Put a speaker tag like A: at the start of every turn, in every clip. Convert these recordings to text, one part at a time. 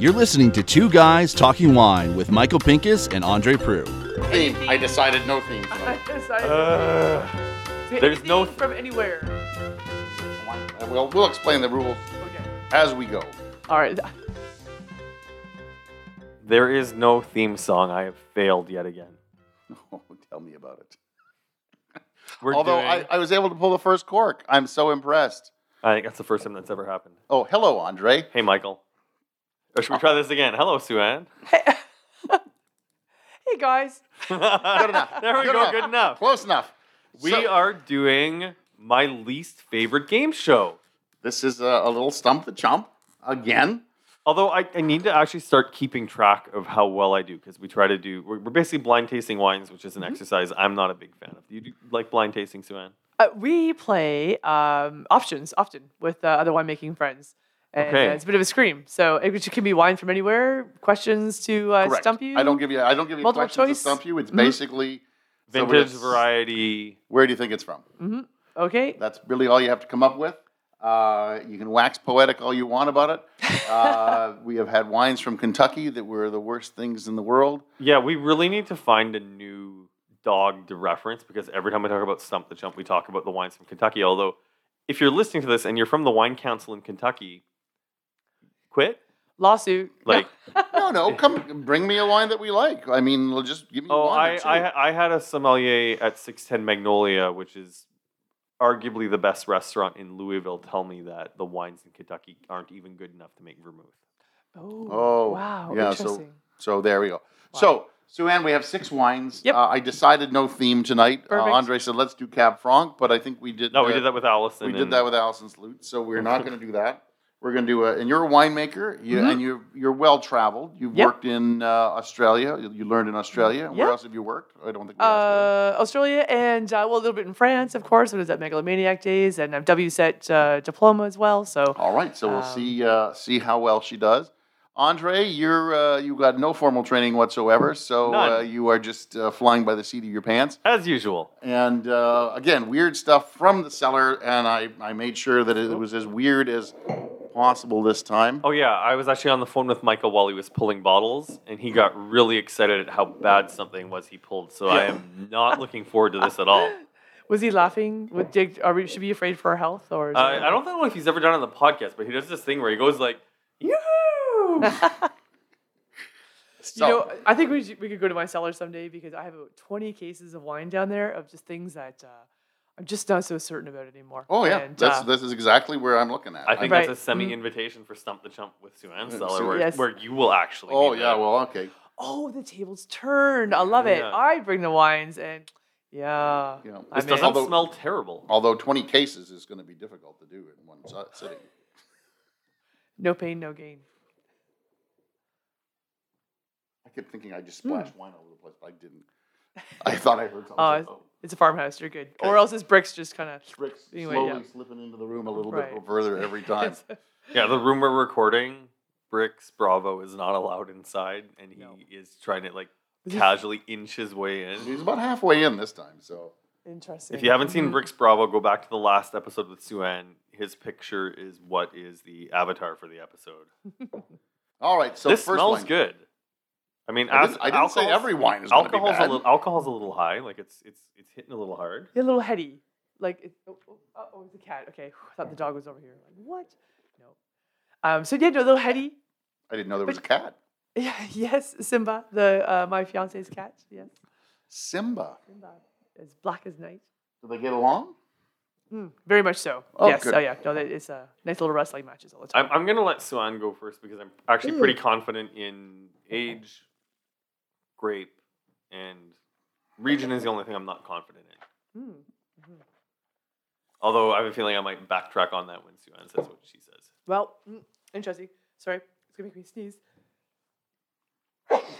A: You're listening to Two Guys Talking Wine with Michael Pincus and Andre Prue.
B: Theme. I decided no theme.
C: I
B: tonight.
C: decided
D: Uh,
C: to
D: there's
C: anything
D: no-
C: from anywhere.
B: Uh, Well, we'll explain the rules
C: Okay.
B: as we go.
C: All right.
D: There is no theme song. I have failed yet again.
B: Oh, tell me about it.
D: We're
B: Although
D: doing,
B: I, I was able to pull the first cork. I'm so impressed.
D: I think that's the first time that's ever happened.
B: Oh, hello, Andre.
D: Hey, Michael.
B: Uh,
D: Or should we try this again? Hello, Sue Ann.
C: Hey guys.
D: good
B: enough.
D: There we
B: Good
D: go.
B: enough.
D: Good enough.
B: Close enough.
D: We
B: So-
D: are doing my least favorite game show.
B: This is a, a little stump the chump again.
D: Although I, I need to actually start keeping track of how well I do because we try to do, we're, we're basically blind tasting wines, which is
B: Mm-hmm.
D: an exercise I'm not a big fan of. Do you do, like blind tasting, Sue Ann?
C: Uh, we play um, options often with uh, other winemaking friends. And, uh,
D: Okay.
C: it's a bit of a scream. So it which can be wine from anywhere, questions to uh,
B: Correct.
C: stump you.
B: I don't give you. I don't give you
C: Multiple
B: questions
C: choice. Mm-hmm.
B: to stump you. It's basically so when
D: Vintage
B: it's-
D: variety.
B: Where do you think it's from?
C: Mm-hmm. Okay.
B: That's really all you have to come up with. Uh, you can wax poetic all you want about it. Uh, we have had wines from Kentucky that were the worst things in the world.
D: Yeah, we really need to find a new dog to reference because every time we talk about Stump the Chump, we talk about the wines from Kentucky. Although, if you're listening to this and you're from the Wine Council in Kentucky, quit.
C: Lawsuit. No.
D: Like,
B: No, no, come bring me a wine that we like. I mean, l- just give me
D: oh,
B: one. or
D: I,
B: two.
D: I, I had a sommelier at 610 Magnolia, which is arguably the best restaurant in Louisville, tell me that the wines in Kentucky aren't even good enough to make vermouth.
C: Oh,
B: Oh,
C: wow.
B: yeah, so-
C: Interesting.
B: So there we go. So, Sue Ann, we have six wines.
C: Yep.
B: Uh, I decided no theme tonight. Uh,
C: Perfect.
B: Andre said let's do Cab Franc, but I think we did.
D: No, we
B: uh,
D: did that with Allison.
B: We did
D: and-
B: that with Allison's Lute, so we're not going to do that. We're going to do a, and you're a winemaker, you, and you're you're well traveled. You've
C: Mm-hmm. Yep.
B: worked in uh, Australia. You, you learned in Australia. Where
C: Yeah.
B: else have you worked? I don't think. We asked
C: Uh, Australia and uh, well, a little bit in France, of course. It was at Megalomaniac Days, and I've WSET uh, diploma as well. So
B: that. All right, so we'll
C: um,
B: see uh, see how well she does. Andre, you're uh, you got no formal training whatsoever, so uh,
D: None.
B: you are just uh, flying by the seat of your pants.
D: As usual.
B: And uh, again, weird stuff from the cellar, and I, I made sure that it was as weird as possible this time.
D: Oh yeah, I was actually on the phone with Michael while he was pulling bottles, and he got really excited at how bad something was he pulled. So I am not looking forward to this at all.
C: was he laughing? With Dick, are we should we be afraid for our health or? is
D: Uh,
C: it-
D: I don't know if he's ever done it on the podcast, but he does this thing where he goes like,
C: Uh,
D: "Yoo!"
B: So,
C: You know, I think we, should, we could go to my cellar someday because I have about 20 cases of wine down there of just things that uh, I'm just not so certain about anymore.
B: oh yeah,
C: And,
B: that's
C: uh,
B: this is exactly where I'm looking at.
D: I think
C: Right.
D: that's a semi-invitation for Stump the Chump with Sue Ann Seller,
B: Sue-
D: where,
C: Yes.
D: where you will actually.
B: Oh
D: be
B: yeah,
D: there.
B: well okay.
C: oh, the table's turned. I love it.
D: Yeah.
C: I bring the wines and yeah.
B: You know,
C: I
D: this
C: mean,
D: doesn't
B: although-
D: smell terrible.
B: Although 20 cases is going to be difficult to do in one si- sitting.
C: no pain, no gain.
B: I kept thinking I just splashed wine all over the place, but I didn't. I thought I heard something.
C: Oh,
B: I was
C: it's-
B: like, Hmm. oh,
C: It's a farmhouse. You're good. Or
B: Okay.
C: else it's bricks just kind of.
B: bricks
C: anyway,
B: slowly
C: yeah.
B: slipping into the room a little
C: Right.
B: bit further every time.
D: Yeah, the room we're recording, Bricks Bravo is not allowed inside, and he
C: No.
D: is trying to like casually inch his way in.
B: He's about halfway in this time, so
C: Interesting.
D: If you haven't seen Bricks Bravo, go back to the last episode with Suan. His picture is what is the avatar for the episode.
B: all right. So
D: this
B: first
D: smells
B: wine.
D: good. I mean,
B: I
D: as-
B: didn't, I didn't say
D: alcohol's-
B: every wine is going to be
D: alcohol's
B: bad.
D: a little alcohol's a little high. Like it's it's it's hitting a little hard.
C: You're a little heady. Like, it, oh, oh, oh, oh, it's a cat. Okay. I thought the dog was over here. Like, what? No. Um, so, yeah, no, a little heady.
B: I didn't know there was a
C: But-
B: cat.
C: Yeah, yes, Simba, the uh, my fiance's cat. Yes,
B: Simba.
C: Simba, as black as night.
B: Do they get along?
C: Mm, very much so.
B: Oh,
C: yes.
B: good.
C: Oh, yeah. No, that- it's a nice little wrestling matches all the time.
D: I'm I'm gonna let Suan go first because I'm actually pretty confident in age, grape, and region is the only thing I'm not confident in.
C: Mm.
D: Although I have a feeling I might backtrack on that when Suan says what she says.
C: Well, mm, interesting. Sorry, it's gonna make me sneeze.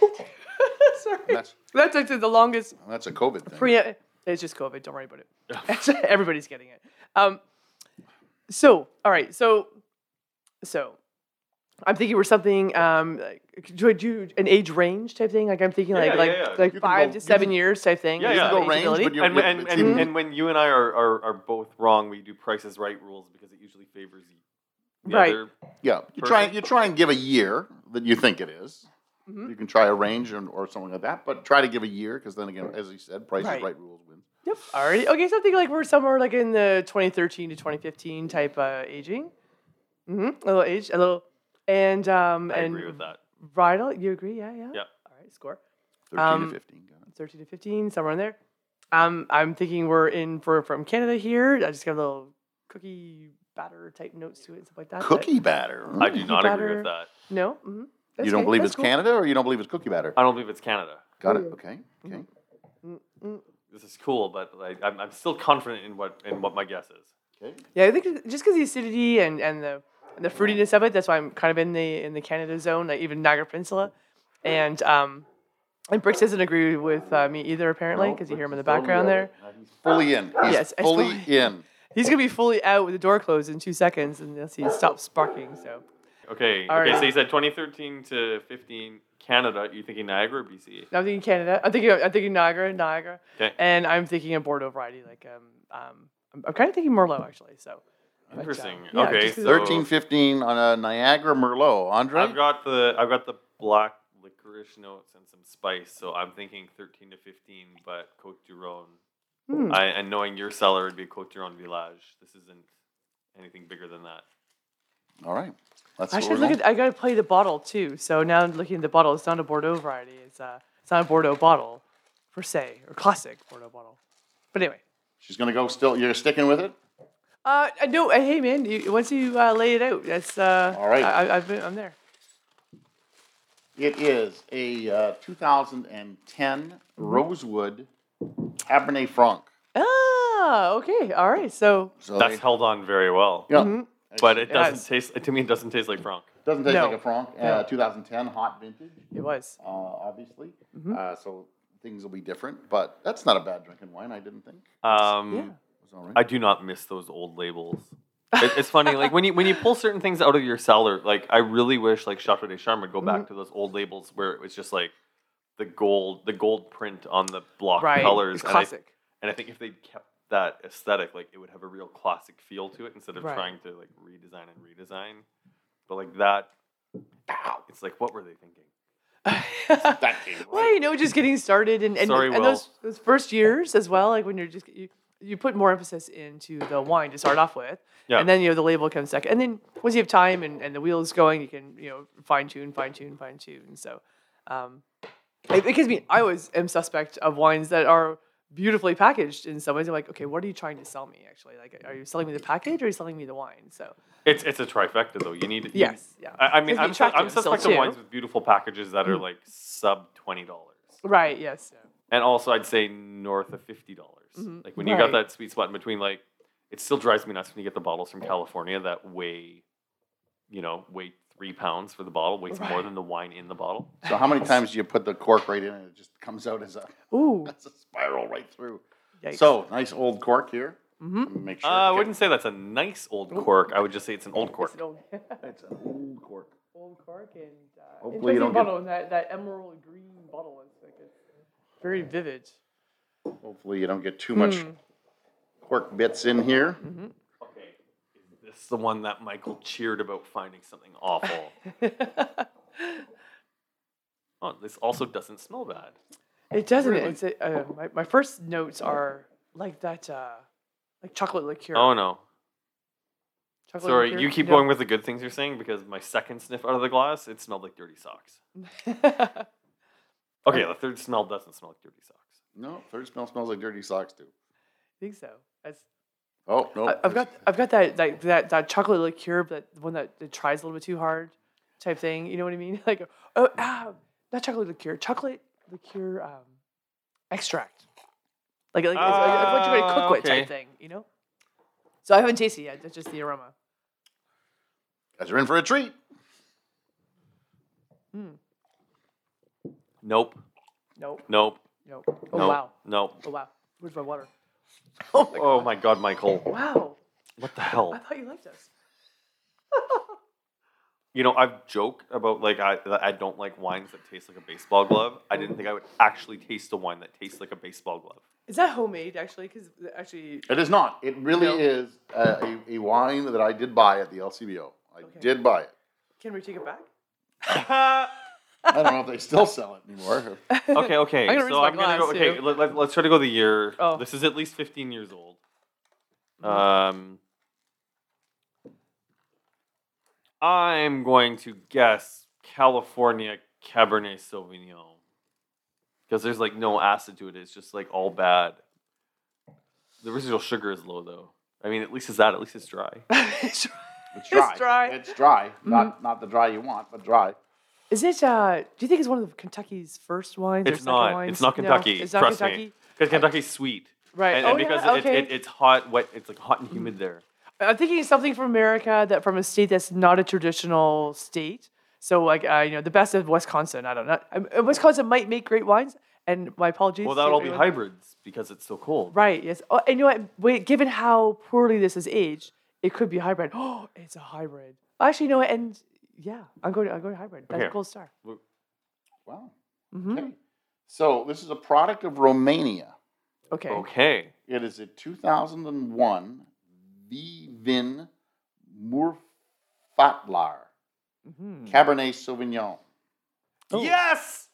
C: Sorry.
B: That's
C: That's actually the longest
B: that's a COVID thing.
C: pre. It's just COVID. Don't worry about it. Everybody's getting it. Um, so, all right. So, so I'm thinking we're something um, like, do I do an age range type thing? Like I'm thinking like
D: Yeah, yeah,
C: like
D: yeah.
C: like
B: You can
C: five
B: go-
C: to
B: you
C: seven
B: can-
C: years type thing.
D: Yeah,
C: is
D: yeah.
B: You
C: the
B: can go
C: age
B: range,
C: ability.
B: but you're
D: and, and,
B: it's
D: and,
B: even-
D: and when you and I are, are, are both wrong, we do Price is Right rules because it usually favors the
C: Right.
D: other.
B: Yeah, you
D: Perfect.
B: try you try and give a year that you think it is.
C: Mhm.
B: You can try a range and, or something like that, but try to give a year because then again, as you said, Price
C: Right.
B: is Right rules win.
C: Yep. Already. Okay, something like we're somewhere like in the 2013 to 2015 type uh, aging. hmm A little age, a little, and um,
D: I
C: and
D: agree with that.
C: Vital, you agree? Yeah, yeah.
D: Yep.
C: All right, score.
B: Thirteen
C: Um,
B: to fifteen. got it.
C: 13 to 15, somewhere in there. Um, I'm thinking we're in for from Canada here. I just got a little cookie batter type notes to it and stuff like that. but-
B: Cookie batter.
D: I
B: Mm.
D: do
C: you
D: not agree
C: better-
D: with that.
C: No. Mm-hmm.
B: you don't believe it's Canada, or you don't believe it's cookie batter.
D: I don't believe it's Canada.
B: Got it. Okay.
C: Mm-hmm.
B: Okay.
D: This is cool, but like, I'm, I'm still confident in what in what my guess is.
B: Okay.
C: Yeah, I think just because the acidity and and the and the fruitiness of it, that's why I'm kind of in the in the Canada zone, like even Niagara Peninsula, and um, and Bricks doesn't agree with uh, me either apparently because you hear him in the background there.
B: He's fully in. He's
C: Yes, it's
B: fully
C: fully-
B: in.
C: He's gonna be fully out with the door closed in two seconds unless he stops barking. So
D: Okay.
C: All
D: okay.
C: right.
D: So you said 2013 to 15 Canada. You're thinking Niagara or BC?
C: I'm thinking Canada. I'm thinking I'm thinking Niagara, Niagara,
D: Okay.
C: and I'm thinking a Bordeaux variety. Like um um, I'm, I'm kind of thinking Merlot actually. So um,
D: Interesting.
C: yeah,
D: okay.
C: just 'cause-
D: So
B: 13, 15 on a Niagara Merlot. Andre?
D: I've got the I've got the black licorice notes and some spice. So I'm thinking 13 to 15, but Cote du Rhone.
C: Hmm.
D: I, and knowing your cellar would be Cote du Rhone Village. This isn't anything bigger than that.
B: All right. That's
C: I
B: what
C: should
B: we're
C: look at.
B: going-
C: I gotta play the bottle too. So now I'm looking at the bottle. It's not a Bordeaux variety. It's uh, it's not a Bordeaux bottle, per se, or classic Bordeaux bottle. But anyway,
B: She's going to go still. You're sticking with it?
C: uh, I- no, uh, hey man, you, once you uh, lay it out, that's uh,
B: All right.
C: I, I- I've been, I'm there.
B: It is a uh, 2010 Rosewood Cabernet Franc.
C: Ah, okay, all right. So
B: So
D: That's
B: they-
D: held on very well.
B: yeah,
C: Mm-hmm.
D: But it
C: Yeah,
D: doesn't taste to me. It doesn't taste like Franc.
B: doesn't taste
C: No.
B: like a Franc. Uh, 2010 hot vintage,
C: it was.
B: uh, obviously.
C: Mm-hmm.
B: Uh, so things will be different, but that's not a bad drinking wine. I didn't think it
D: Um,
C: Yeah.
B: was all right.
D: I do not miss those old labels. It, it's funny, like when you when you pull certain things out of your cellar, like I really wish like Chateau des Charmes would go back
C: Mm-hmm.
D: to those old labels where it was just like the gold the gold print on the block
C: Right,
D: colors.
C: it's
D: and I-
C: classic.
D: And I, think if they kept that aesthetic, like it would have a real classic feel to it instead of
C: Right.
D: trying to like redesign and redesign. But like that, it's like what were they thinking?
B: that came right.
C: Well, you know, just getting started and and,
D: Sorry,
C: and
D: Will.
C: those, those first years as well, like when you're just you, you put more emphasis into the wine to start off with.
D: Yeah.
C: And then you know the label comes second. And then once you have time and, and the wheels going, you can, you know, fine tune, fine tune, fine tune. So um it, because I mean I always am suspect of wines that are beautifully packaged in some ways. I'm like, okay, what are you trying to sell me actually? Like are you selling me the package or are you selling me the wine? So
D: It's it's a trifecta though. You need you-
C: yes. Yeah.
D: Hmm. I, I
C: It's
D: mean,
C: gonna be
D: I'm, su- I'm
C: attractive still,
D: suspect of
C: too. Mm-hmm.
D: wines with beautiful packages that are like sub twenty dollars.
C: Right, yes. yeah.
D: and also I'd say north of fifty dollars. Like when you
C: Mm-hmm. Right.
D: got that sweet spot in between, like it still drives me nuts when you get the bottles from California that weigh, you know, weigh three pounds for the bottle, weighs more than the wine in the bottle.
B: So how many times do you put the cork right in and it just comes out as a
C: Ooh.
B: that's a spiral right through?
C: Yikes.
B: So nice old cork here. Mm-hmm. Make sure.
D: Uh, I
B: okay,
D: wouldn't say that's a nice old cork. I would just say it's an old
C: It's
D: cork.
C: an old-
B: It's an old cork.
C: old cork and uh,
B: Hopefully you
C: interesting
B: don't get-
C: bottle and that, that emerald green bottle is like it's very vivid.
B: Hopefully you don't get too much
C: Hmm.
B: cork bits in here.
D: Okay, is this the one that Michael cheered about finding something awful? oh, this also doesn't smell bad.
C: It doesn't. It's a, uh, my, my first notes are like that, uh, like chocolate liqueur.
D: Oh no.
C: chocolate
D: Sorry,
C: liqueur,
D: you keep
C: know?
D: going with the good things you're saying because my second sniff out of the glass, it smelled like dirty socks. Okay, the third smell doesn't smell like dirty socks.
B: No, third smell smells like dirty socks too.
C: I think so. That's,
B: Oh no,
C: I, I've
B: there's-
C: got I've got that like that that chocolate liqueur, but the one that, that tries a little bit too hard, type thing. You know what I mean? Like oh ah, not chocolate liqueur, chocolate liqueur um, extract. Like like, it's, like it's what you're gonna
D: Ah,
C: cook with
D: okay.
C: type thing. You know. So I haven't tasted it yet. That's just the aroma.
B: guys are in for a treat.
D: Nope.
C: Nope.
D: Nope.
C: Nope. Oh
D: nope,
C: wow.
D: Nope.
C: Oh wow. Where's my water?
D: Oh my god, Michael.
C: Wow.
D: What the hell?
C: I thought you liked us.
D: you know, I've joked about like I that I don't like wines that taste like a baseball glove. I didn't think I would actually taste a wine that tastes like a baseball glove.
C: Is that homemade actually? Because actually,
B: It is not. It really
C: No.
B: is a, a, a wine that I did buy at the LCBO. I
C: Okay.
B: did buy it.
C: can we take it back?
B: I don't know if they still sell it anymore.
D: okay, okay.
C: I'm gonna rinse
D: so
C: my
D: I'm gonna go.
C: glass,
D: Okay,
C: too.
D: let, let, us try to go the year.
C: Oh. Mm-hmm.
D: This is at least 15 years old. Um, I'm going to guess California Cabernet Sauvignon because there's like no acid to it. It's just like all bad. The residual sugar is low though. I mean, at least it's that. At least it's dry.
B: It's dry.
C: dry. Mm-hmm.
B: It's dry. Not not the dry you want, but dry.
C: Is it? Uh, do you think it's one of Kentucky's first wines? or
D: It's
C: second
D: not.
C: Wines?
D: It's not
C: No,
D: Kentucky.
C: it's not
D: trust
C: Kentucky.
D: me, because Kentucky's sweet,
C: Right.
D: and,
C: oh,
D: and because
C: yeah,
D: it,
C: okay. Mm.
D: it, it's hot, wet. It's like hot and humid there.
C: I'm thinking of something from America that from a state that's not a traditional state. So like uh, you know the best of Wisconsin. I don't know. Um, uh, Wisconsin might make great wines. And my apologies.
D: Well,
C: to
D: that'll all be
C: everyone.
D: hybrids because it's so cold.
C: Right. Yes. Oh, and you know what? Wait, given how poorly this is aged, it could be hybrid. Oh, it's a hybrid. Actually, you know what? And yeah, I'm going. To, I'm going to hybrid. That's
D: Okay.
C: a gold star.
B: Wow.
C: Mhm.
B: Okay. So this is a product of Romania.
C: Okay.
D: Okay.
B: It is a 2001 Vivin Murfatlar
C: Mhm.
B: Cabernet Sauvignon.
C: Oh.
D: Yes!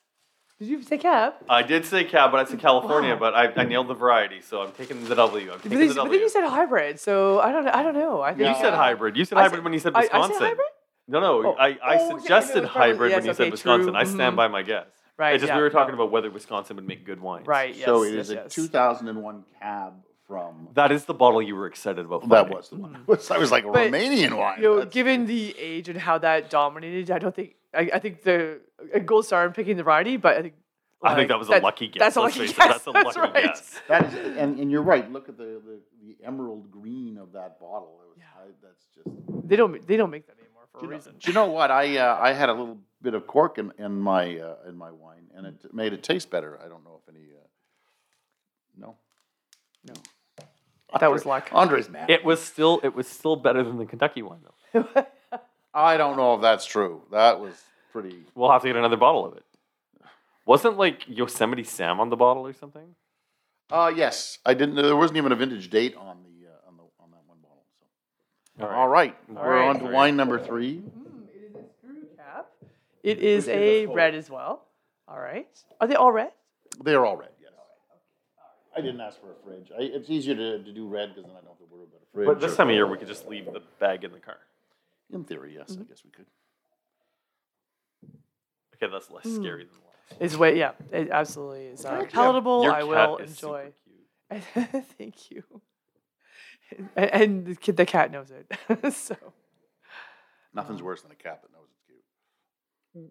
C: Did you say cab?
D: I did say cab, but I said California,
C: Wow.
D: but I, I nailed the variety, so I'm taking the W. I'm
C: But
D: taking
C: then,
D: the
C: but
D: W.
C: then you said hybrid, so I don't. I don't know. I think
D: You
B: Yeah.
D: said hybrid. You said
C: I
D: hybrid
C: said-
D: when you said
C: I- I said
D: Wisconsin.
C: hybrid?
D: No, no.
C: Oh.
D: I,
C: Oh,
D: I
C: yeah, I know,
D: suggested
C: it's probably-
D: hybrid
C: yes,
D: when you
C: okay,
D: said Wisconsin.
C: true,
D: I stand
C: mhm.
D: by my guess.
C: Right,
D: It's just
C: yeah,
D: we were talking
C: no.
D: about whether Wisconsin would make good wines.
C: Right. Yes,
B: so it is
C: yes,
B: a
C: yes.
B: 2001 cab from.
D: That is the bottle you were excited about.
B: That
D: finding.
B: was the one. I was like a
C: Mm. But,
B: Romanian wine.
C: You know,
B: That's-
C: given the age and how that dominated, I don't think. I, I think the a gold star in picking the variety, but I think.
D: I think
C: like,
D: that was a lucky guess.
C: That's a
D: let's
C: lucky
D: face it,
C: guess.
D: That's a lucky
C: right.
D: guess.
B: That is, and, and you're right. Look at the, the, the emerald green of that bottle. It was,
C: Yeah.
B: I, that's just.
C: They don't. They don't make that anymore for
B: Do
C: a
B: you know-
C: reason.
B: Do you know what? I uh, I had a little bit of cork in, in my uh, in my wine, and it made it taste better. I don't know if any. Uh, no. No.
C: That was luck.
B: Andre's mad.
D: It was still it was still better than the Kentucky one though.
B: I don't know if that's true. That was pretty.
D: We'll have to get another bottle of it. Wasn't like Yosemite Sam on the bottle or something?
B: Uh, yes, I didn't. There wasn't even a vintage date on the uh, on the on that one bottle. So.
D: All
B: All right, we're
C: right.
B: on to wine number three.
C: Mm, it is a screw cap. It is a red as well. All right. Are they all red?
B: They're all red. Yes. I didn't ask for a fridge. I, it's easier to, to do red because then I don't have to worry about a fridge.
D: But this
B: or-
D: time of year, we could just leave the bag in the car.
B: in theory, yes,
C: Mm-hmm.
B: I guess we could.
D: Okay, that's less
C: Hmm.
D: scary than the last.
C: It's way. Yeah. It absolutely is uh, palatable. I will enjoy. Thank you. And, and the, kid, the cat knows it. so Mm.
B: Nothing's worse than a cat that knows it's cute.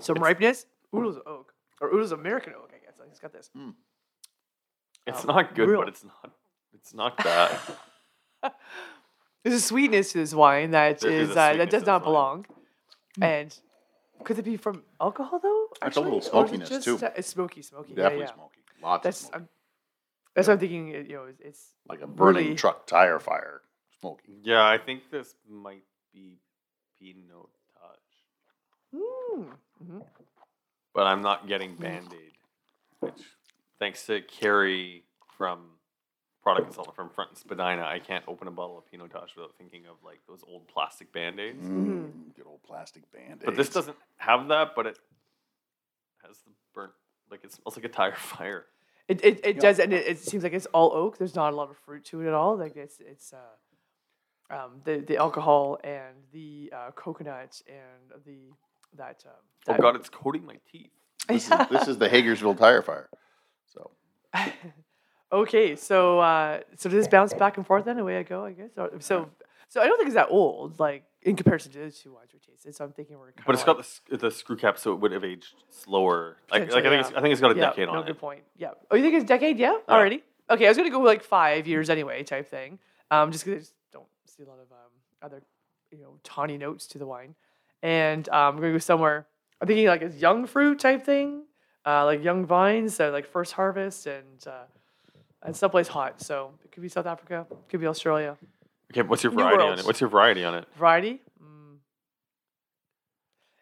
C: some ripeness. Oodles of oak or oodles of American oak. I guess it's got this.
D: Hmm. It's not good,
C: Oh, real.
D: but it's not. It's not bad.
C: There's a sweetness to this wine that
D: There is
C: is
D: a
C: uh,
D: sweetness
C: that
D: to
C: does
D: this
C: not
D: wine. Hmm.
C: belong. And could it be from alcohol though?
B: That's a little
C: actually? Or is it
B: smokiness,
C: just,
B: too.
C: uh, it's smoky, smoky.
B: Definitely
C: yeah, yeah.
B: smoky. Lots
C: That's
B: of smoky.
C: I'm, that's what I'm thinking. it- You know, it's, it's
B: like a burning
C: really-
B: truck tire fire. Smoky.
D: yeah, I think this might be Pinot Touch,
C: mm,
D: but I'm not getting
C: Hmm.
D: Band Aid, which, thanks to Carrie from product consultant from Front and Spadina, I can't open a bottle of Pinot Touch without thinking of like those old plastic Band Aids.
C: Mm-hmm.
B: Mm, good old plastic band
D: But this doesn't have that, but it has the burnt, like it smells like a tire fire.
C: it it, it does, and it, it seems like it's all oak. There's not a lot of fruit to it at all. Like it's it's uh, um, the the alcohol and the uh, coconut and the that. Um,
D: Oh
C: that-
D: god, it's coating my teeth.
B: This is, this is the Hagersville tire fire. So
C: Okay, so uh, so does this bounce back and forth then? Away I go, I guess. Or- So so I don't think it's that old, like in comparison to the two wines we tasted. So I'm thinking we're. Kind
D: But it's got the, sc- the screw cap, so it would have aged slower. Like, like I
C: Potentially,
D: think it's,
C: yeah.
D: I think it's got a
C: yeah,
D: decade
C: no,
D: on
C: good
D: it.
C: point. Yeah. Oh, you think it's decade? Yeah, already. Okay, I was gonna go with, like five years anyway, type thing. Um, just because I just don't see a lot of um other, you know, tawny notes to the wine, and um, I'm gonna go somewhere. I'm thinking like it's young fruit type thing, uh, like young vines, so like first harvest and uh, And someplace hot, so it could be South Africa, it could be Australia.
D: Okay, what's your
C: New
D: variety on
C: worlds.
D: it? What's your variety on it?
C: Variety. Mm.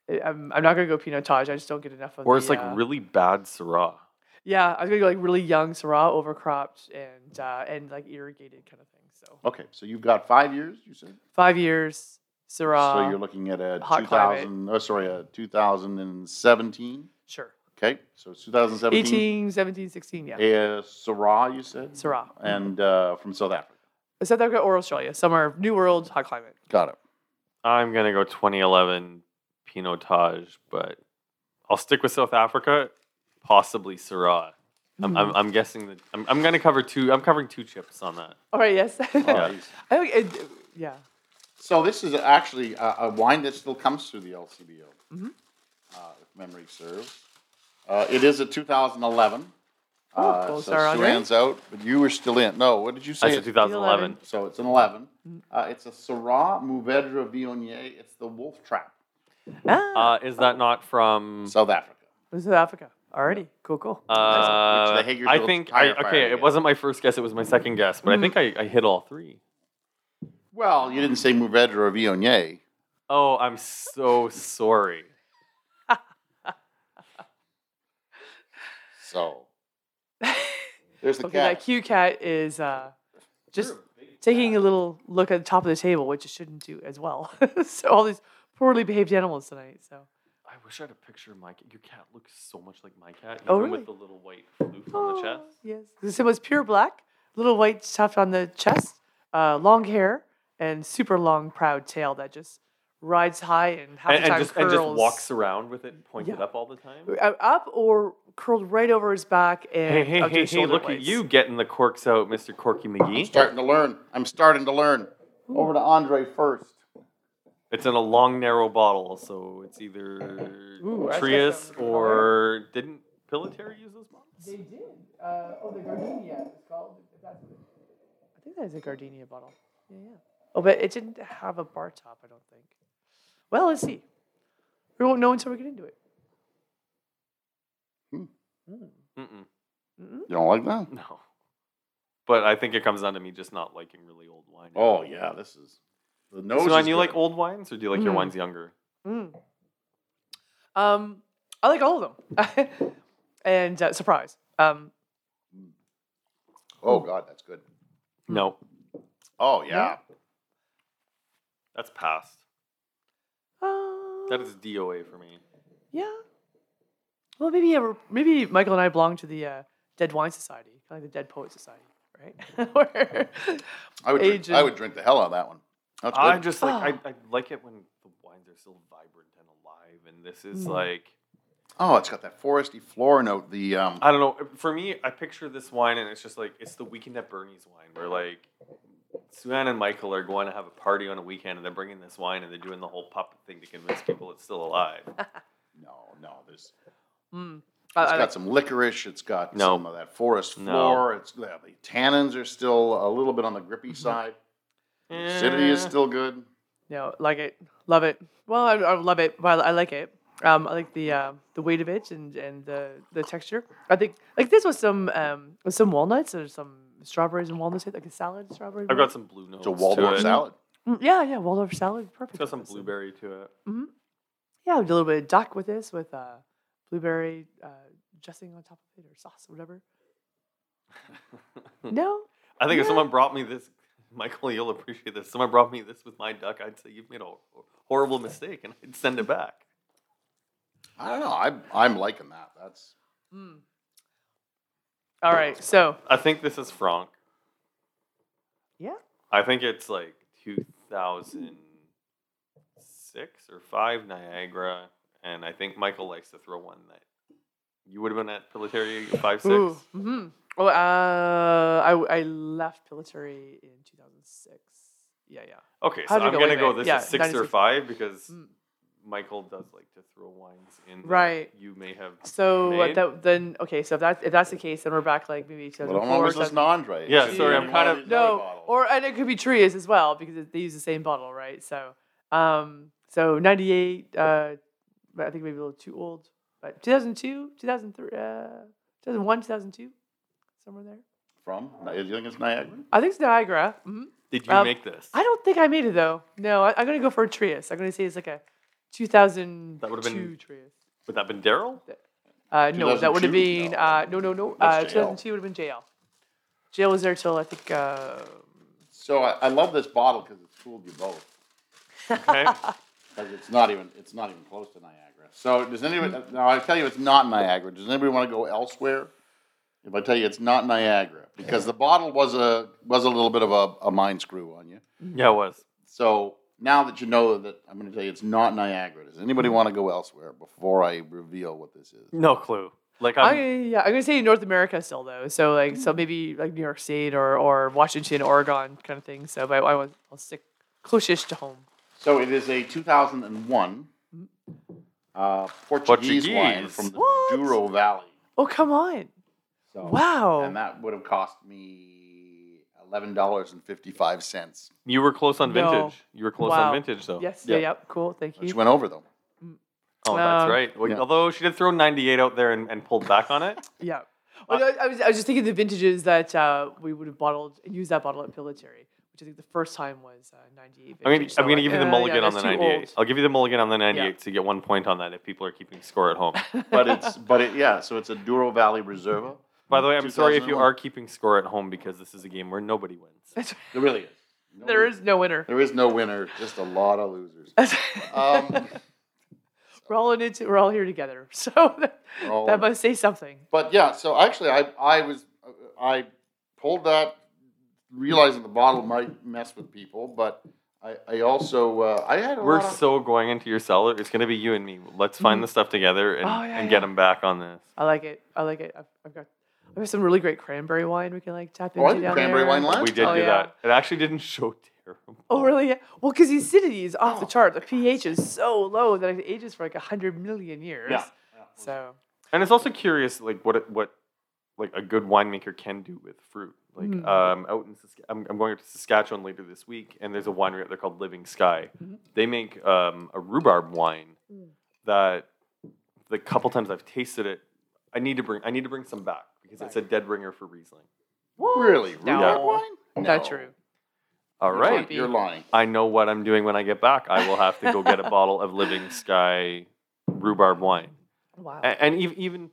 C: I- I'm, I'm not gonna go Pinot Taj. I just don't get enough of.
D: Or
C: the,
D: it's like
C: uh,
D: really bad Syrah.
C: yeah, I was gonna go like really young Syrah, overcropped and uh, and like irrigated kind of thing. So
B: Okay, so you've got five years, you said?
C: five years Syrah.
B: so you're looking at a
C: Uh, hot
B: 2000, oh, sorry, a 2017.
C: sure.
B: Okay, so it's 2017.
C: 18, 17, 16, yeah.
B: Uh, Syrah, you said?
C: Syrah.
B: And uh, from South Africa.
C: South Africa or Australia, somewhere New World, hot climate.
B: Got it.
D: I'm gonna go 2011 Pinotage, but I'll stick with South Africa, possibly Syrah. I'm,
C: Hmm.
D: I'm, I'm guessing that I'm, I'm gonna cover two. I'm covering two chips on that.
C: All right, yes.
D: Yeah.
B: Nice.
C: I think it, yeah.
B: So this is actually a, a wine that still comes through the LCBO, uh, if memory serves. Uh, it is a 2011.
C: Oh,
B: uh,
C: those
B: so
C: are on there.
B: Suran's out, but you were still in. No, what did you
D: I
B: say?
D: said 2011.
B: So it's an 11. Uh, it's a Syrah Mouvedre Viognier. It's the Wolf Trap,
C: Ah,
D: Uh, is that not from?
B: South Africa.
C: South Africa. Alrighty, cool, cool.
D: Uh,
B: Which the
D: I
B: Hagersfield
D: think I,
B: tire fire
D: okay.
B: again.
D: It wasn't my first guess; it was my second guess. But I
C: Hmm.
D: think I, I hit all three.
B: Well, you didn't say Mouvedre or Viognier.
D: Oh, I'm so sorry.
B: So there's the
C: okay,
B: cat.
C: that Q cat is uh, just taking a little look at the top of the table, which it shouldn't do as well. so all these poorly behaved animals tonight. So
D: I wish I had a picture of my cat. Your cat looks so much like my cat, even
C: Oh,
D: with
C: really? Oh.
D: the little white floof on the chest.
C: Yes. This was pure black, little white tuft on the chest, uh, long hair, and super long proud tail that just rides high and half
D: And,
C: the
D: and
C: time
D: just and
C: curls
D: just walks around with it pointed
C: Yeah.
D: up all the time.
C: uh, up or curled right over his back
D: Hey,
C: and
D: hey,
C: up to
D: hey,
C: his
D: hey,
C: shoulder
D: look at
C: blades.
D: you getting the corks out, Mr. Corky
B: I'm
D: McGee.
B: starting to learn. I'm starting to learn. Over to Andre first.
D: It's in a long, narrow bottle, so it's either
C: Ooh, I
D: Trius
C: thought that was
D: or. Didn't Pilateri use those bottles?
C: They did. Uh, oh, the gardenia is called. I think that is a gardenia bottle. Yeah, yeah. Oh, but it didn't have a bar top, I don't think. Well, let's see. We won't know until we get into it.
D: Mm-mm,
C: Mm-hmm.
B: You don't like that?
D: no. But I think it comes down to me just not liking really old wine.
B: Oh yeah, this is the nose.
D: So,
B: is
D: Ryan, you
B: good.
D: like old wines or do you like your
C: Mm.
D: wines younger?
C: Mm. Um, I like all of them. and uh, surprise. Um,
B: Oh god, that's good.
D: No.
B: Oh yeah.
D: That's past.
C: uh,
D: That is DOA for me.
C: yeah. Well, maybe uh, maybe Michael and I belong to the uh, Dead Wine Society, kind of like the Dead Poet Society, right? Where-
B: I would drink,
C: Aging.
B: I would drink the hell out of that one. That's good.
D: I just like
C: Ah.
D: I, I like it when the wines are still vibrant and alive, and this is like
B: oh, it's got that foresty floor note. The um,
D: I don't know. For me, I picture this wine, and it's just like it's the weekend at Bernie's wine, where like Suzanne and Michael are going to have a party on a weekend, and they're bringing this wine, and they're doing the whole puppet thing to convince people it's still alive.
B: no, no, there's it's
C: Mm. I- I
B: got
C: like-
B: some licorice. It's got
D: No.
B: some of that forest
D: No.
B: floor. It's yeah, the tannins are still a little bit on the grippy side. Acidity is
D: Mm-hmm. Eh.
B: still good.
C: No, like it, love it. Well, I, I love it. Well, I like it. Um, I like the uh, the weight of it and, and the, the texture. I think like this was some um with some walnuts or some strawberries and walnuts, like a salad strawberry.
D: I've got some blue notes.
B: It's a
D: to
B: Waldorf
D: it.
B: salad.
C: Mm, yeah, yeah, Waldorf salad, perfect.
D: It's got
C: for
D: some
C: this.
D: blueberry to it.
C: Yeah, I did a little bit of duck with this, with uh, blueberry uh, dressing on top of it or sauce, whatever. no,
D: I think if
C: Yeah.
D: someone brought me this, Michael, you'll appreciate this. Someone brought me this with my duck, I'd say you've made a horrible mistake, and I'd send it back.
B: I don't know. I I'm liking that. That's
C: all right. So
D: I think this is Franck.
C: yeah,
D: I think it's like 2006 or 5 Niagara. And I think Michael likes to throw one that you would have been at Pilateri 5 6.
C: Ooh, hmm Oh, uh, I I left Pilatory in two thousand six. Yeah, yeah.
D: Okay, so
C: How'd you
D: I'm
C: go?
D: going to
C: Wait,
D: go
C: wait.
D: this
C: Yeah,
D: is 6 or
C: 96.
D: 5 because
C: Mm.
D: Michael does like to throw wines in. that
C: Right.
D: You may have.
C: So uh,
D: made.
C: that, then, okay. So if that's if that's the case, then we're back like maybe
B: but
C: 2004.
B: I'm always listening to
C: 2000
B: Andre.
D: Yeah,
B: Should
D: sorry,
B: be
D: I'm
B: one
D: kind
B: of
D: of-
B: these other
C: no,
B: bottles.
C: or and it could be Trias as well because it- they use the same bottle, right? So, um, so 98. Uh, but I think maybe a little too old, but 2002, 2003, uh, 2001, 2002, somewhere there.
B: from? Do you think it's Niagara?
C: I think it's Niagara. hmm
D: Did you
C: Um,
D: make this?
C: I don't think I made it though. No, I, I'm gonna go for a Trius. I'm gonna say it's like a 2002
D: That would've been-
C: Trius.
D: Would that been Daryl?
C: Uh, no, that would have
B: 2002?
C: been uh, no, no, no. Uh,
B: That's JL.
C: 2002 would have been JL. JL was there till I think. Uh,
B: So I, I love this bottle because it fooled you both.
D: Okay.
B: Because it's not even it's not even close to Niagara. So does anybody? Now I tell you, it's not Niagara. Does anybody want to go elsewhere? If I tell you it's not Niagara, because the bottle was a was a little bit of a, a mind screw on you.
D: yeah, it was.
B: So now that you know that I'm going to tell you it's not Niagara, does anybody want to go elsewhere before I reveal what this is?
D: No clue. Like
C: I,
D: I'm,
C: yeah, I'm gonna say North America still though. So like, so maybe like New York State or or Washington, Oregon kind of thing. So, but I, I was I'll stick closest to home.
B: So it is a 2001 uh, Portuguese, wine
D: Portuguese.
B: from the
C: What?
B: Douro Valley.
C: Oh come on!
B: So,
C: Wow.
B: And that would have cost me eleven dollars and fifty five cents.
D: you were close on
C: No.
D: vintage. You were close
C: Wow.
D: on vintage though.
C: Yes.
B: Yeah.
C: Yeah. Yep. Cool. Thank
B: Which
C: you.
B: went over though.
D: Oh, that's
C: Um,
D: right. Well,
B: Yeah.
D: Although she did throw 98 out there and, and pulled back on it.
C: Yeah. Well, no, I, was, I was just thinking the vintages that uh, we would have bottled and used that bottle at Pillitary, which I think the first time was uh, 98.
D: I'm gonna,
C: vintage.
D: I'm
C: So
D: gonna
C: like,
D: give you the
C: uh, yeah,
D: mulligan on the
C: that's too
D: 98.
C: old.
D: I'll give you the mulligan on the 98 to get one point on that if people are keeping score at home.
B: But it's but it yeah. So it's a Douro Valley Reserva.
D: By the way, I'm sorry if you
B: 2001.
D: are keeping score at home because this is a game where nobody wins.
B: There really is. No
C: There
B: winner.
C: is no winner.
B: there is no winner. Just a lot of losers. Um,
C: we're all in it. We're all here together. So that,
B: we're all
C: that
B: in it.
C: must say something.
B: But yeah, so actually, I I was I pulled that, realizing the bottle might mess with people, but I I also uh, I had a
D: We're
B: lot of-
D: so going into your cellar. It's gonna be you and me. Let's find the stuff together and,
C: Mm-hmm. Oh, yeah,
D: and get
C: yeah.
D: them back on this.
C: I like it. I like it. I've, I've got I've got some really great cranberry wine we can like tap
B: Oh, I
C: into
B: did
C: down
B: cranberry
C: there.
B: wine last
D: We did
C: Oh,
D: do
C: yeah.
D: that. It actually didn't show terrible.
C: Oh really? Yeah. Well, because the acidity is
B: Oh.
C: off the chart. The pH is so low that it ages for like hundred million years.
B: yeah.
C: So
D: And it's also curious, like what it, what like a good winemaker can do with fruit. Like
C: Mhm.
D: um, out in Sask- I'm, I'm going up to Saskatchewan later this week, and there's a winery out there called Living Sky.
C: Mhm.
D: They make um, a rhubarb wine
C: Mm.
D: that the couple times I've tasted it, I need to bring I need to bring some back because it's a dead ringer for Riesling.
B: Really?
C: No.
B: Rhubarb wine?
C: not
B: No.
C: true.
D: All
B: You're
D: right,
B: lying. You're lying.
D: I know what I'm doing when I get back. I will have to go get a bottle of Living Sky rhubarb wine.
C: Wow.
D: A- and, ev even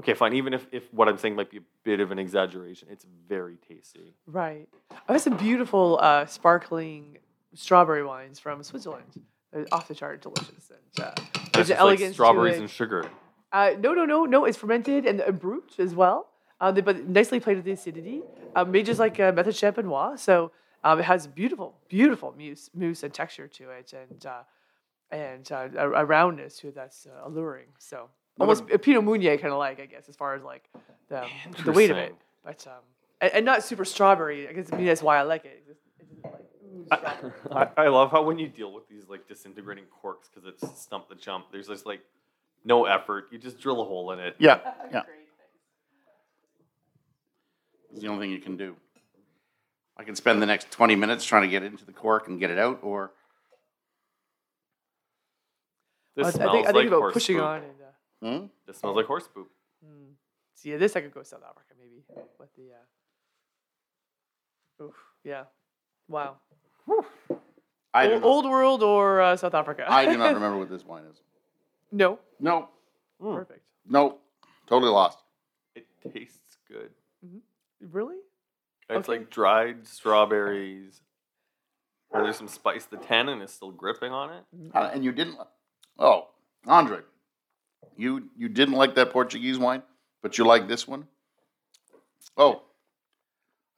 D: okay fine even if, if what i'm saying might be a bit of an exaggeration it's very tasty
C: Right. I have some beautiful uh, sparkling strawberry wines from Switzerland. They're off the chart, delicious. And, uh,
D: That's
C: there's an
D: just like
C: elegance to
D: strawberries
C: it.
D: and sugar
C: Uh, no, no, no, no. It's fermented and, and brewed as well. Uh, they, but nicely played with the acidity. Um, made just like uh, method champenois. So um, it has beautiful, beautiful mousse, mousse and texture to it, and uh, and uh, a, a roundness to it that's uh, alluring. So almost a Pinot Meunier kind of like, I guess, as far as like the, the weight of it.
D: Interesting.
C: But um, and, and not super strawberry. I guess I mean, that's why I like it. It's- it's like, ooh, strawberry.
D: I, I love how when you deal with these like disintegrating corks because it's stump the jump there's just like no effort you just drill a hole in it
B: Yeah. Yeah. It's the only thing you can do. I can spend the next 20 minutes trying to get into the cork and get it out, or
D: this
C: I
D: smells
C: think, I
D: like
C: think about
D: horse
C: pushing
D: poop.
C: on and. Uh,
B: hmm?
D: this smells like horse poop
C: See, this I could go South Africa maybe. But the uh, oof, yeah, wow,
B: I,
C: O-
B: do
C: old,
B: not,
C: world or uh, South Africa?
B: I do not remember what this wine is.
C: no,
B: No,
C: perfect.
B: no, totally lost.
D: it tastes good
C: Really?
D: it's
C: Okay.
D: like dried strawberries and there's some spice the tannin is still gripping on it
B: Uh, and you didn't. Oh, Andre, you you didn't like that Portuguese wine, but you like this one. Oh,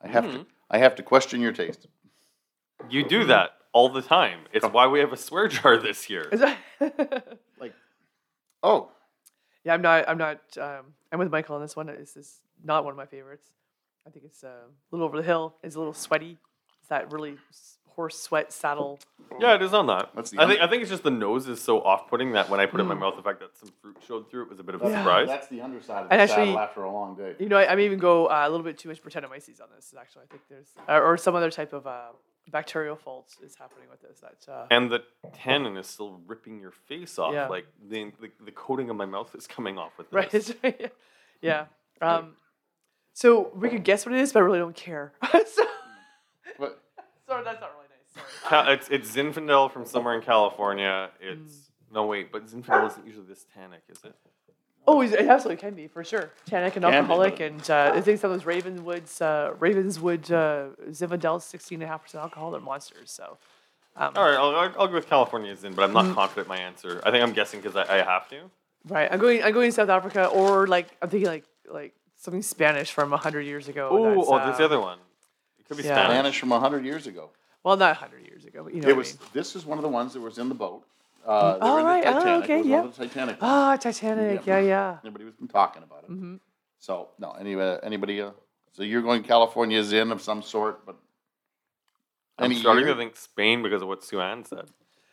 B: I have to I have to question your taste.
D: you
C: Mm-hmm.
D: do that all the time it's why we have a swear jar this year
C: Is that-
B: Like, oh,
C: yeah, I'm not. I'm not. Um, I'm with Michael on this one. This is not one of my favorites. I think it's uh, a little over the hill. It's a little sweaty. It's that really s- horse sweat saddle.
D: Yeah, it is on that.
B: That's the
D: I think
B: under-
D: I think it's just the nose is so off-putting that when I put it in my
C: Hmm.
D: mouth, the fact that some fruit showed through it was a bit of a surprise.
B: That's the underside of the
C: And
B: saddle
C: actually-
B: after a long day.
C: You know, I, I'm even go uh, a little bit too much Brettanomyces on this. Actually, I think there's or, or some other type of uh, bacterial fault is happening with this. That uh,
D: And the tannin is still ripping your face off.
C: Yeah.
D: Like the, the the coating of my mouth is coming off with this.
C: Right. yeah. Um, So we could guess what it is, but I really don't care. so,
B: But
C: sorry, that's not really nice. Sorry.
D: Ca- It's it's Zinfandel from somewhere in California. It's
C: Hmm.
D: no wait, but Zinfandel isn't usually this tannic, is it?
C: Oh, it it absolutely can be for sure. Tannic and
B: Can be,
C: alcoholic,
B: but-
C: and uh, I think some of those Ravenswoods, uh, Ravenswood uh, Zinfandel, sixteen and a half percent alcohol. They're monsters. So, um, Hmm.
D: All right, I'll, I'll- I'll go with California Zin, but I'm not confident my answer. I think I'm guessing because I, I have to.
C: right, I'm going. I'm going to South Africa, or like I'm thinking like like something Spanish from hundred years ago.
D: Oh,
C: that's,
D: oh, there's the
C: uh,
D: other one. It could be
C: yeah.
D: Spanish.
B: Spanish from hundred years ago.
C: Well, not hundred years ago, but you know
B: It
C: what I
B: was.
C: mean.
B: This is one of the ones that was in the boat. Uh, they
C: Oh,
B: were in the
C: right. Oh,
B: Titanic.
C: okay,
B: It was
C: yeah.
B: One of the Titanic. ones.
C: Ah, Titanic. Yeah,
B: Yeah.
C: yeah.
B: Everybody was been talking about it.
C: Mhm.
B: So no, anyway, anybody. Uh, so you're going California Zin of some sort, but
D: I'm
B: any
D: starting
B: year?
D: to think Spain because of what Sue Ann said.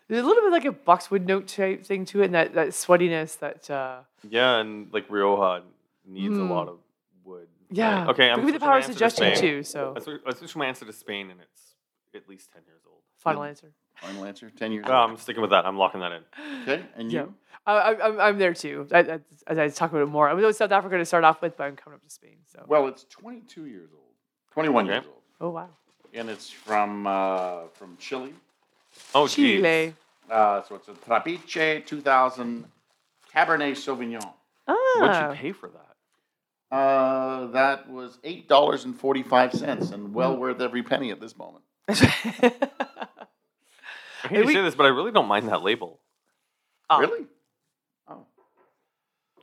C: There's a little bit like a boxwood note type thing to it, and that that sweatiness that. Uh,
D: Yeah, and like Rioja needs a lot of wood.
C: Hmm. yeah.
D: Right. Okay, I'm
C: Give me the
D: switching
C: power
D: my
C: of
D: answer to
C: suggestion
D: Spain.
C: too. So,
D: I switch, I switch my answer to Spain, and it's at least ten years old.
C: final answer.
B: final answer. Ten years.
D: Oh, I'm sticking with that. I'm locking that in.
B: old. Okay, and you.
C: Yeah. I, I, I'm- I'm there too. I, I, as I talk about it more, I was in South Africa to start off with, but I'm coming up to Spain. So,
B: Well, it's 22 years old. 21
D: Okay.
B: years old,
C: oh wow,
B: and it's from uh, from Chile.
D: Oh, geez.
C: Chile.
B: Uh, so it's a Trapiche 2000 Cabernet Sauvignon.
D: What'd
C: Ah,
D: you pay for that?
B: Uh, that was eight dollars and forty five cents, and well worth every penny at this moment.
D: I hate
C: Hey,
D: to
C: we-
D: say this, but I really don't mind that label.
C: Ah.
B: Really? Oh,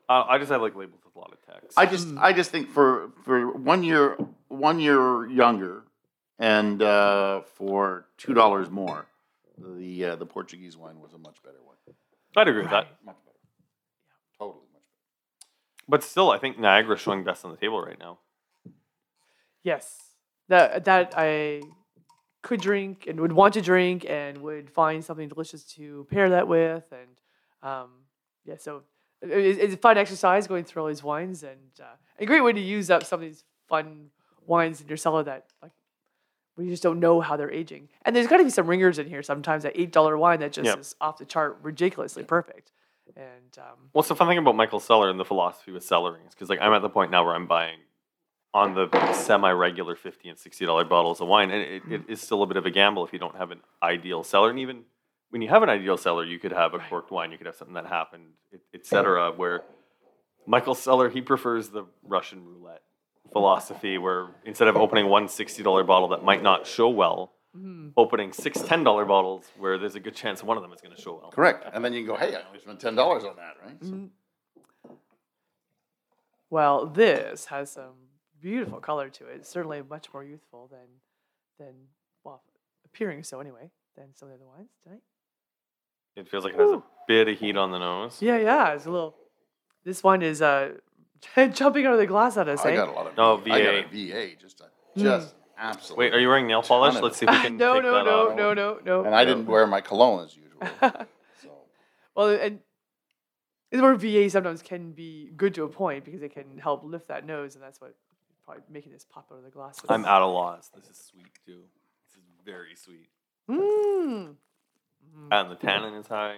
D: Uh, I just I like labels with a lot of text.
B: I just I just think for for one year one year younger, and uh, for two dollars more, the uh, the Portuguese wine was a much better one.
D: I'd agree with that.
B: Much better. Totally much better.
D: But still, I think Niagara's showing best on the table right now.
C: yes, that that I could drink and would want to drink and would find something delicious to pair that with, and um, yeah, so it, it- it's a fun exercise going through all these wines and uh, a great way to use up some of these fun wines in your cellar that like we just don't know how they're aging. And there's got to be some ringers in here sometimes. That eight dollar wine that just
D: Yep.
C: is off the chart, ridiculously perfect. And um,
D: What's the fun thing about Michael Seller and the philosophy with cellaring? Because like I'm at the point now where I'm buying on the semi-regular fifty and sixty dollar bottles of wine, and it, it is still a bit of a gamble if you don't have an ideal cellar. And even when you have an ideal cellar, you could have a corked wine, you could have something that happened, etc. Where Michael Seller he prefers the Russian roulette philosophy, where instead of opening one sixty dollar bottle that might not show well, opening six ten dollar bottles where there's a good chance one of them is going to show well.
B: Correct. And then you can go, hey, I only spent ten dollars on that, right? So-
C: Mm-hmm. well, this has some beautiful color to it. Certainly much more youthful than than well appearing so anyway than some of the other wines tonight.
D: It feels like it has a
C: Ooh.
D: bit of heat on the nose.
C: Yeah, yeah, it's a little. This wine is uh, jumping out of the glass at us.
B: I
C: eh?
B: got a lot of.
D: Oh,
B: V- I got
D: VA.
B: a VA, just a, just absolutely.
D: Wait, are you wearing nail polish?
B: of
D: Let's
B: it.
D: see if we can.
C: no,
D: take
C: no,
D: that
C: no,
D: off.
C: no, no, no.
B: And I
C: no.
B: didn't wear my cologne as usual. so
C: Well, and it's where VA sometimes can be good to a point because it can help lift that nose, and that's what probably making this pop out of the glass.
D: I'm out of laws. This is sweet too. This is very sweet.
C: Mm.
D: And the tannin is high.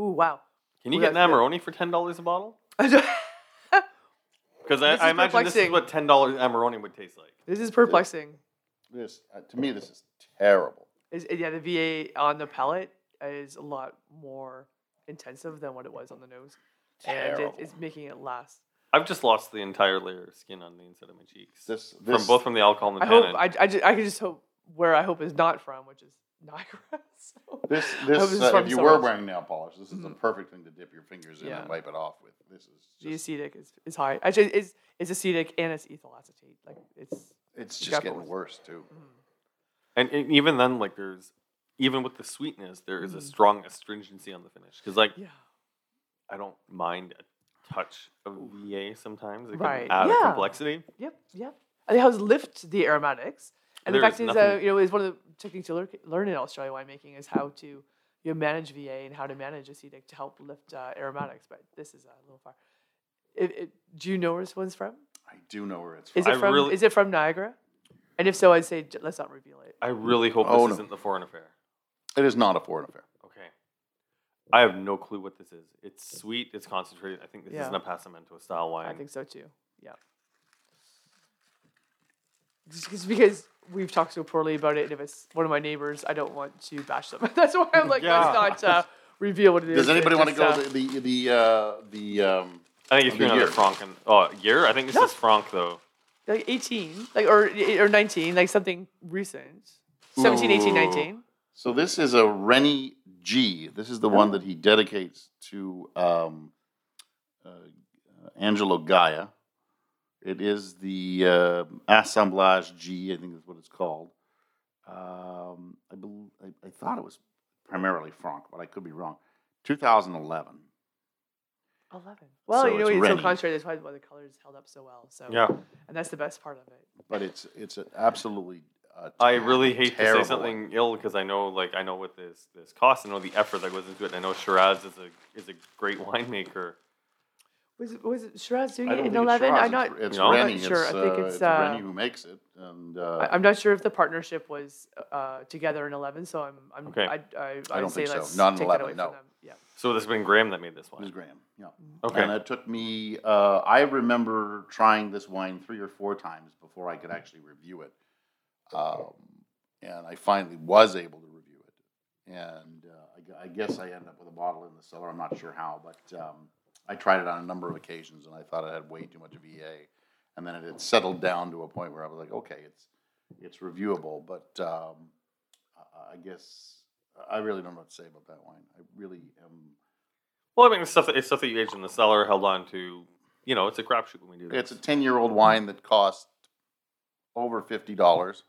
C: Ooh, wow.
D: Can you
C: Well,
D: get
C: that's good.
D: Amarone for ten dollars a bottle?
C: this
D: Because
C: This
D: I, I
C: is
D: imagine this is
C: perplexing.
D: what ten dollars Amarone would taste like.
C: is perplexing.
B: this, uh, to me, this is terrible.
C: Is, uh, yeah, the VA on the palate is a lot more intensive than what it was on the nose, and
B: Terrible.
C: it, it's making it last.
D: I've just lost the entire layer of skin on the inside of my cheeks
B: This, this
D: from both from the alcohol and the
C: I hope
D: tannin.
C: I, I, ju- I can just hope where I hope is not from, which is Niagara. So.
B: this,
C: I hope
B: this.
C: it's
B: Uh,
C: Oh, from
B: if you
C: somewhere
B: were
C: else. Mm-hmm.
B: wearing nail polish, this is the perfect thing to dip your fingers in
C: Yeah.
B: and wipe it off with. This is
C: the
B: just,
C: acetic is, is high. Actually, it's it's acetic and it's ethyl acetate. Like it's
B: it's
C: got
B: just
C: Mm-hmm.
B: getting
C: both.
B: worse too.
D: and, and even then, like there's even with the sweetness, there is a strong astringency on the finish. Because like
C: Mm. yeah.
D: I don't mind a touch of VA sometimes. It can
C: Right.
D: add
C: Yeah.
D: a complexity.
C: Yep, yep. I think helps lift the aromatics. And the
D: There
C: fact
D: is
C: is, uh,
D: nothing-
C: you know, is one of the techniques to learn, learn in Australia winemaking is how to you know, manage VA and how to manage acetic to help lift uh, aromatics. But this is a little far. It, it, do you know where this one's from?
B: I do know where it's from.
C: Is it
D: I
C: from?
D: really-
C: Is it from Niagara? And if so, I'd say j- let's not reveal it.
D: I really hope
B: Oh,
D: this
B: no.
D: isn't the foreign affair.
B: it is not a foreign affair.
D: Okay. I have no clue what this is. It's sweet. It's concentrated. I think this
C: Yeah.
D: is an Apasamento style wine.
C: I think so too. Yeah. Just 'cause- because we've talked so poorly about it, and if it's one of my neighbors, I don't want to bash them. That's why I'm like, let's not uh, reveal what it is.
B: Does anybody
C: It
B: want to
C: just,
B: go
C: uh,
B: the the the uh, the um,
D: I think it's
B: The
D: another
B: year.
D: Franc and oh year. I think this
C: Yeah.
D: is Franc though.
C: like 18, like or or 19, like something recent. 17, 18,
B: Ooh.
C: 19.
B: So this is a Rennie G. This is the one that he dedicates to um, uh, Angelo Gaia. It is the uh, Assemblage G. I think is what it's called. Um, I, bel I, I thought it was primarily Franc, but I could be wrong. 2011.
C: 11. Well,
B: So
C: you know,
B: it's
C: it's so
B: ready.
C: concentrated. That's why why the colors held up so well. So
D: Yeah.
C: and that's the best part of it.
B: But it's it's an absolutely. Uh,
D: I really hate to
B: terrible.
D: say something ill because I know like I know what this this costs. I know the effort that goes into it. And I know Shiraz is a is a great winemaker.
C: Was it, was it Shiraz doing
B: I don't
C: it
B: think
C: in
B: it's Shiraz, it's- It's
C: 11? I'm not.
D: No. I'm not
B: Rennie.
C: sure.
B: It's,
C: I think
B: uh,
C: it's,
B: it's
C: uh,
B: Rennie who makes it, and uh,
C: I- I'm not sure if the partnership was uh, together in 11, so I'm. I'm
D: Okay.
C: I, I,
B: I
C: I'd
B: don't
C: say
B: think so.
C: let's
B: Not in
C: take
B: 11,
C: that away
B: no.
C: from them. Yeah.
D: So this has been Graham that made this
B: Ms.
D: wine.
B: Graham. Yeah.
D: Okay.
B: And it took me, uh, I remember trying this wine three or four times before I could actually review it. Um, and I finally was able to review it. And uh, I gu- I, guess I ended up with a bottle in the cellar. I'm not sure how, but um, I tried it on a number of occasions and I thought it had way too much VA. And then it had settled down to a point where I was like, okay, it's, it's reviewable. But um, I- I guess I really don't know what to say about that wine. I really am.
D: Well, I mean, it's stuff that it's stuff that you aged in the cellar, held on to. You know, it's a crapshoot when we do that.
B: It's a 10 year old wine that cost over $50,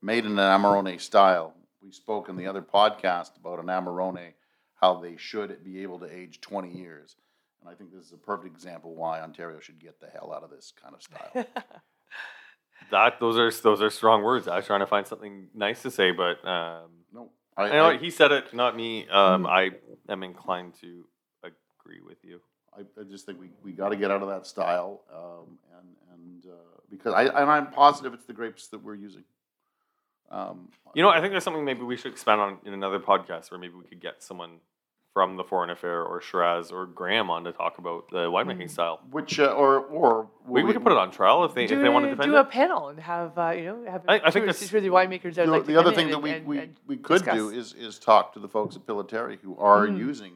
B: made in an Amarone style. We spoke in the other podcast about an Amarone, how they should be able to age 20 years. And I think this is a perfect example why Ontario should get the hell out of this kind of style.
D: that those are those are strong words. I was trying to find something nice to say, but um,
B: no, I,
D: you know
B: I,
D: what? He said it, not me.
C: Mm-hmm.
D: Um, I am inclined to agree with you.
B: I, I just think we, we got to get out of that style. Um, and and uh, because I, and I'm positive it's the grapes that we're using. Um,
D: You know, I think there's something maybe we should expand on in another podcast, where maybe we could get someone from the Foreign Affair or Shiraz or Graham on to talk about the
C: Mm.
D: winemaking style.
B: which, uh, or, or
D: We, we could put it on trial if they
C: do
D: if they want to defend
C: do a
D: it.
C: panel and have uh, you know have
D: I- I think
C: two or
D: that's-
C: six really winemakers that
B: You know,
C: would like to
B: the other
C: come
B: thing
C: in
B: that
C: and-
B: we,
C: and-
B: we,
C: and
B: we could do
C: discuss.
B: is, is talk to the folks at Pilateri who are
C: Mhm.
B: using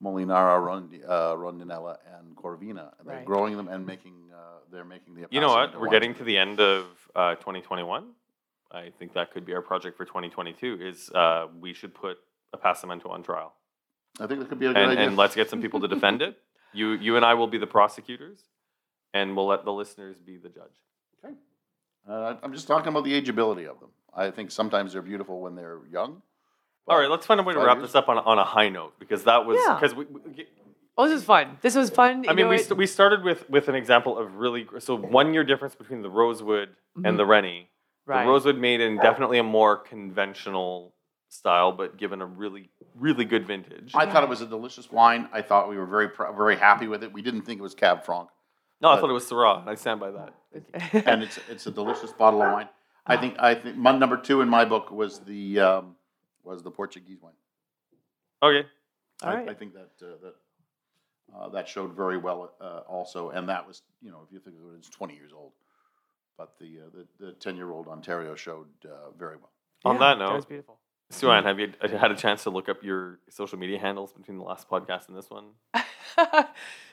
B: Molinara, Rondi, uh, Rondinella, and Corvina. And They're
C: Right.
B: growing them and making uh, they're making the.
D: You know
B: Apasimento
D: what? We're
B: wines.
D: getting to the end of uh, 2021. I think that could be our project for 2022. Is uh, we should put a passamento on trial.
B: I think that could be a good
D: and,
B: idea.
D: and let's get some people to defend it. You, you and I will be the prosecutors, and we'll let the listeners be the judge.
B: uh, I'm just talking about the ageability of them. I think sometimes they're beautiful when they're young.
D: All right, let's find a way to
B: Five
D: wrap
B: years?
D: this up on, a- on a high note because that was
C: Yeah.
D: because we, we-
C: Oh, this is fun. This was fun.
D: I
C: You
D: mean
C: know
D: we,
C: what?
D: st- we started with with an example of really gr- so one year difference between the rosewood
C: Mhm.
D: and the rennie.
C: right.
D: The rosewood made in definitely a more conventional style, but given a really really good vintage.
B: I thought it was a delicious wine. I thought we were very pr- very happy with it. We didn't think it was Cab Franc.
D: no, I thought it was Syrah. and I stand by that.
B: and it's it's a delicious bottle of wine. I think I think my number two in my book was the um, was the Portuguese wine.
D: Okay,
C: All
B: I,
C: right.
B: I think that uh, that uh, that showed very well uh, also, and that was you know if you think of it, it's twenty years old, but the uh, the the ten year old Ontario showed uh, very well.
D: on
C: Yeah,
D: that
C: that
D: note-
C: was beautiful.
D: Sue Ann, have you uh, had a chance to look up your social media handles between the last podcast and this one?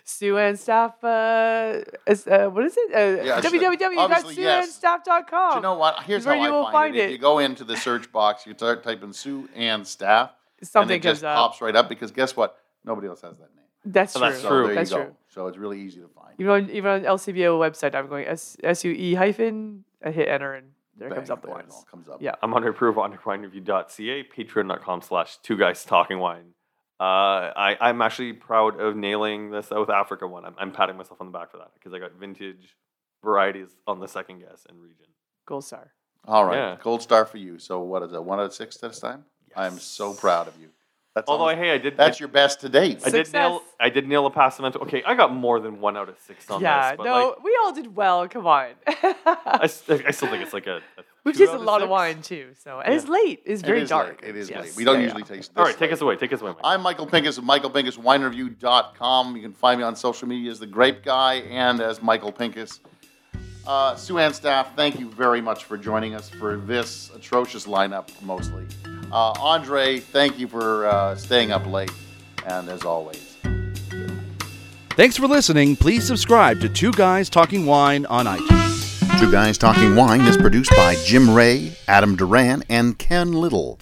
C: Sue Ann Staff, uh, is, uh, what is it? Uh,
B: Yeah, it's- obviously, yes.
C: www.sueannstaff.com.
B: Do you know what? Here's how
C: where
B: I
C: you will
B: find,
C: find
B: it. If
C: it.
B: you go into the search box, you start typing Sue and staff,
C: Something
B: and it
C: comes
B: just
C: up.
B: pops right up because guess what? Nobody else has that name.
C: That's
D: Oh,
C: true.
D: that's
B: So
D: true.
B: there
C: That's
B: you go.
C: true.
B: So it's really easy to find.
C: Even on, even on LCBO website, I'm going S S U E hyphen. I hit enter and there
B: Bang,
C: comes up the
B: there it
C: ones.
B: all comes up.
C: Yeah.
D: I'm under approval under winereview.ca, patreon.com slash two guys talking wine. Uh, I, I'm actually proud of nailing the South Africa one. I'm, I'm patting myself on the back for that because I got vintage varieties on the second guess and region.
C: Gold star.
B: All right,
D: Yeah.
B: gold star for you. So what is that? One out of six this time. I'm so proud of you. That's
D: Although,
B: almost-
D: hey, I did.
B: that's your best to date.
D: I did nail.
C: Success.
D: I did nail a passamento. Okay, I got more than one out of six on
C: yeah.
D: this. But
C: no,
D: like,
C: we all did well. Come on.
D: I, s- I still think it's like a, a
C: We've
D: Two
C: tasted a
D: out of
C: lot of
D: six?
C: wine too, so and it's
D: Yeah.
C: late. It's very
B: it is
C: dark.
B: Late. It is
C: Yes.
B: late. We don't
C: Yeah,
B: usually taste this.
D: All right, take
B: late.
D: us away. Take us away. Mike.
B: I'm Michael Pincus of MichaelPincusWineReview.com. You can find me on social media as The Grape Guy and as Michael Pincus. Uh, Sue Ann staff, thank you very much for joining us for this atrocious lineup, mostly. Uh, Andre, thank you for uh, staying up late. And as always,
A: Thanks for listening. Please subscribe to Two Guys Talking Wine on iTunes.
B: Two Guys Talking Wine is produced by Jim Ray, Adam Duran, and Ken Little.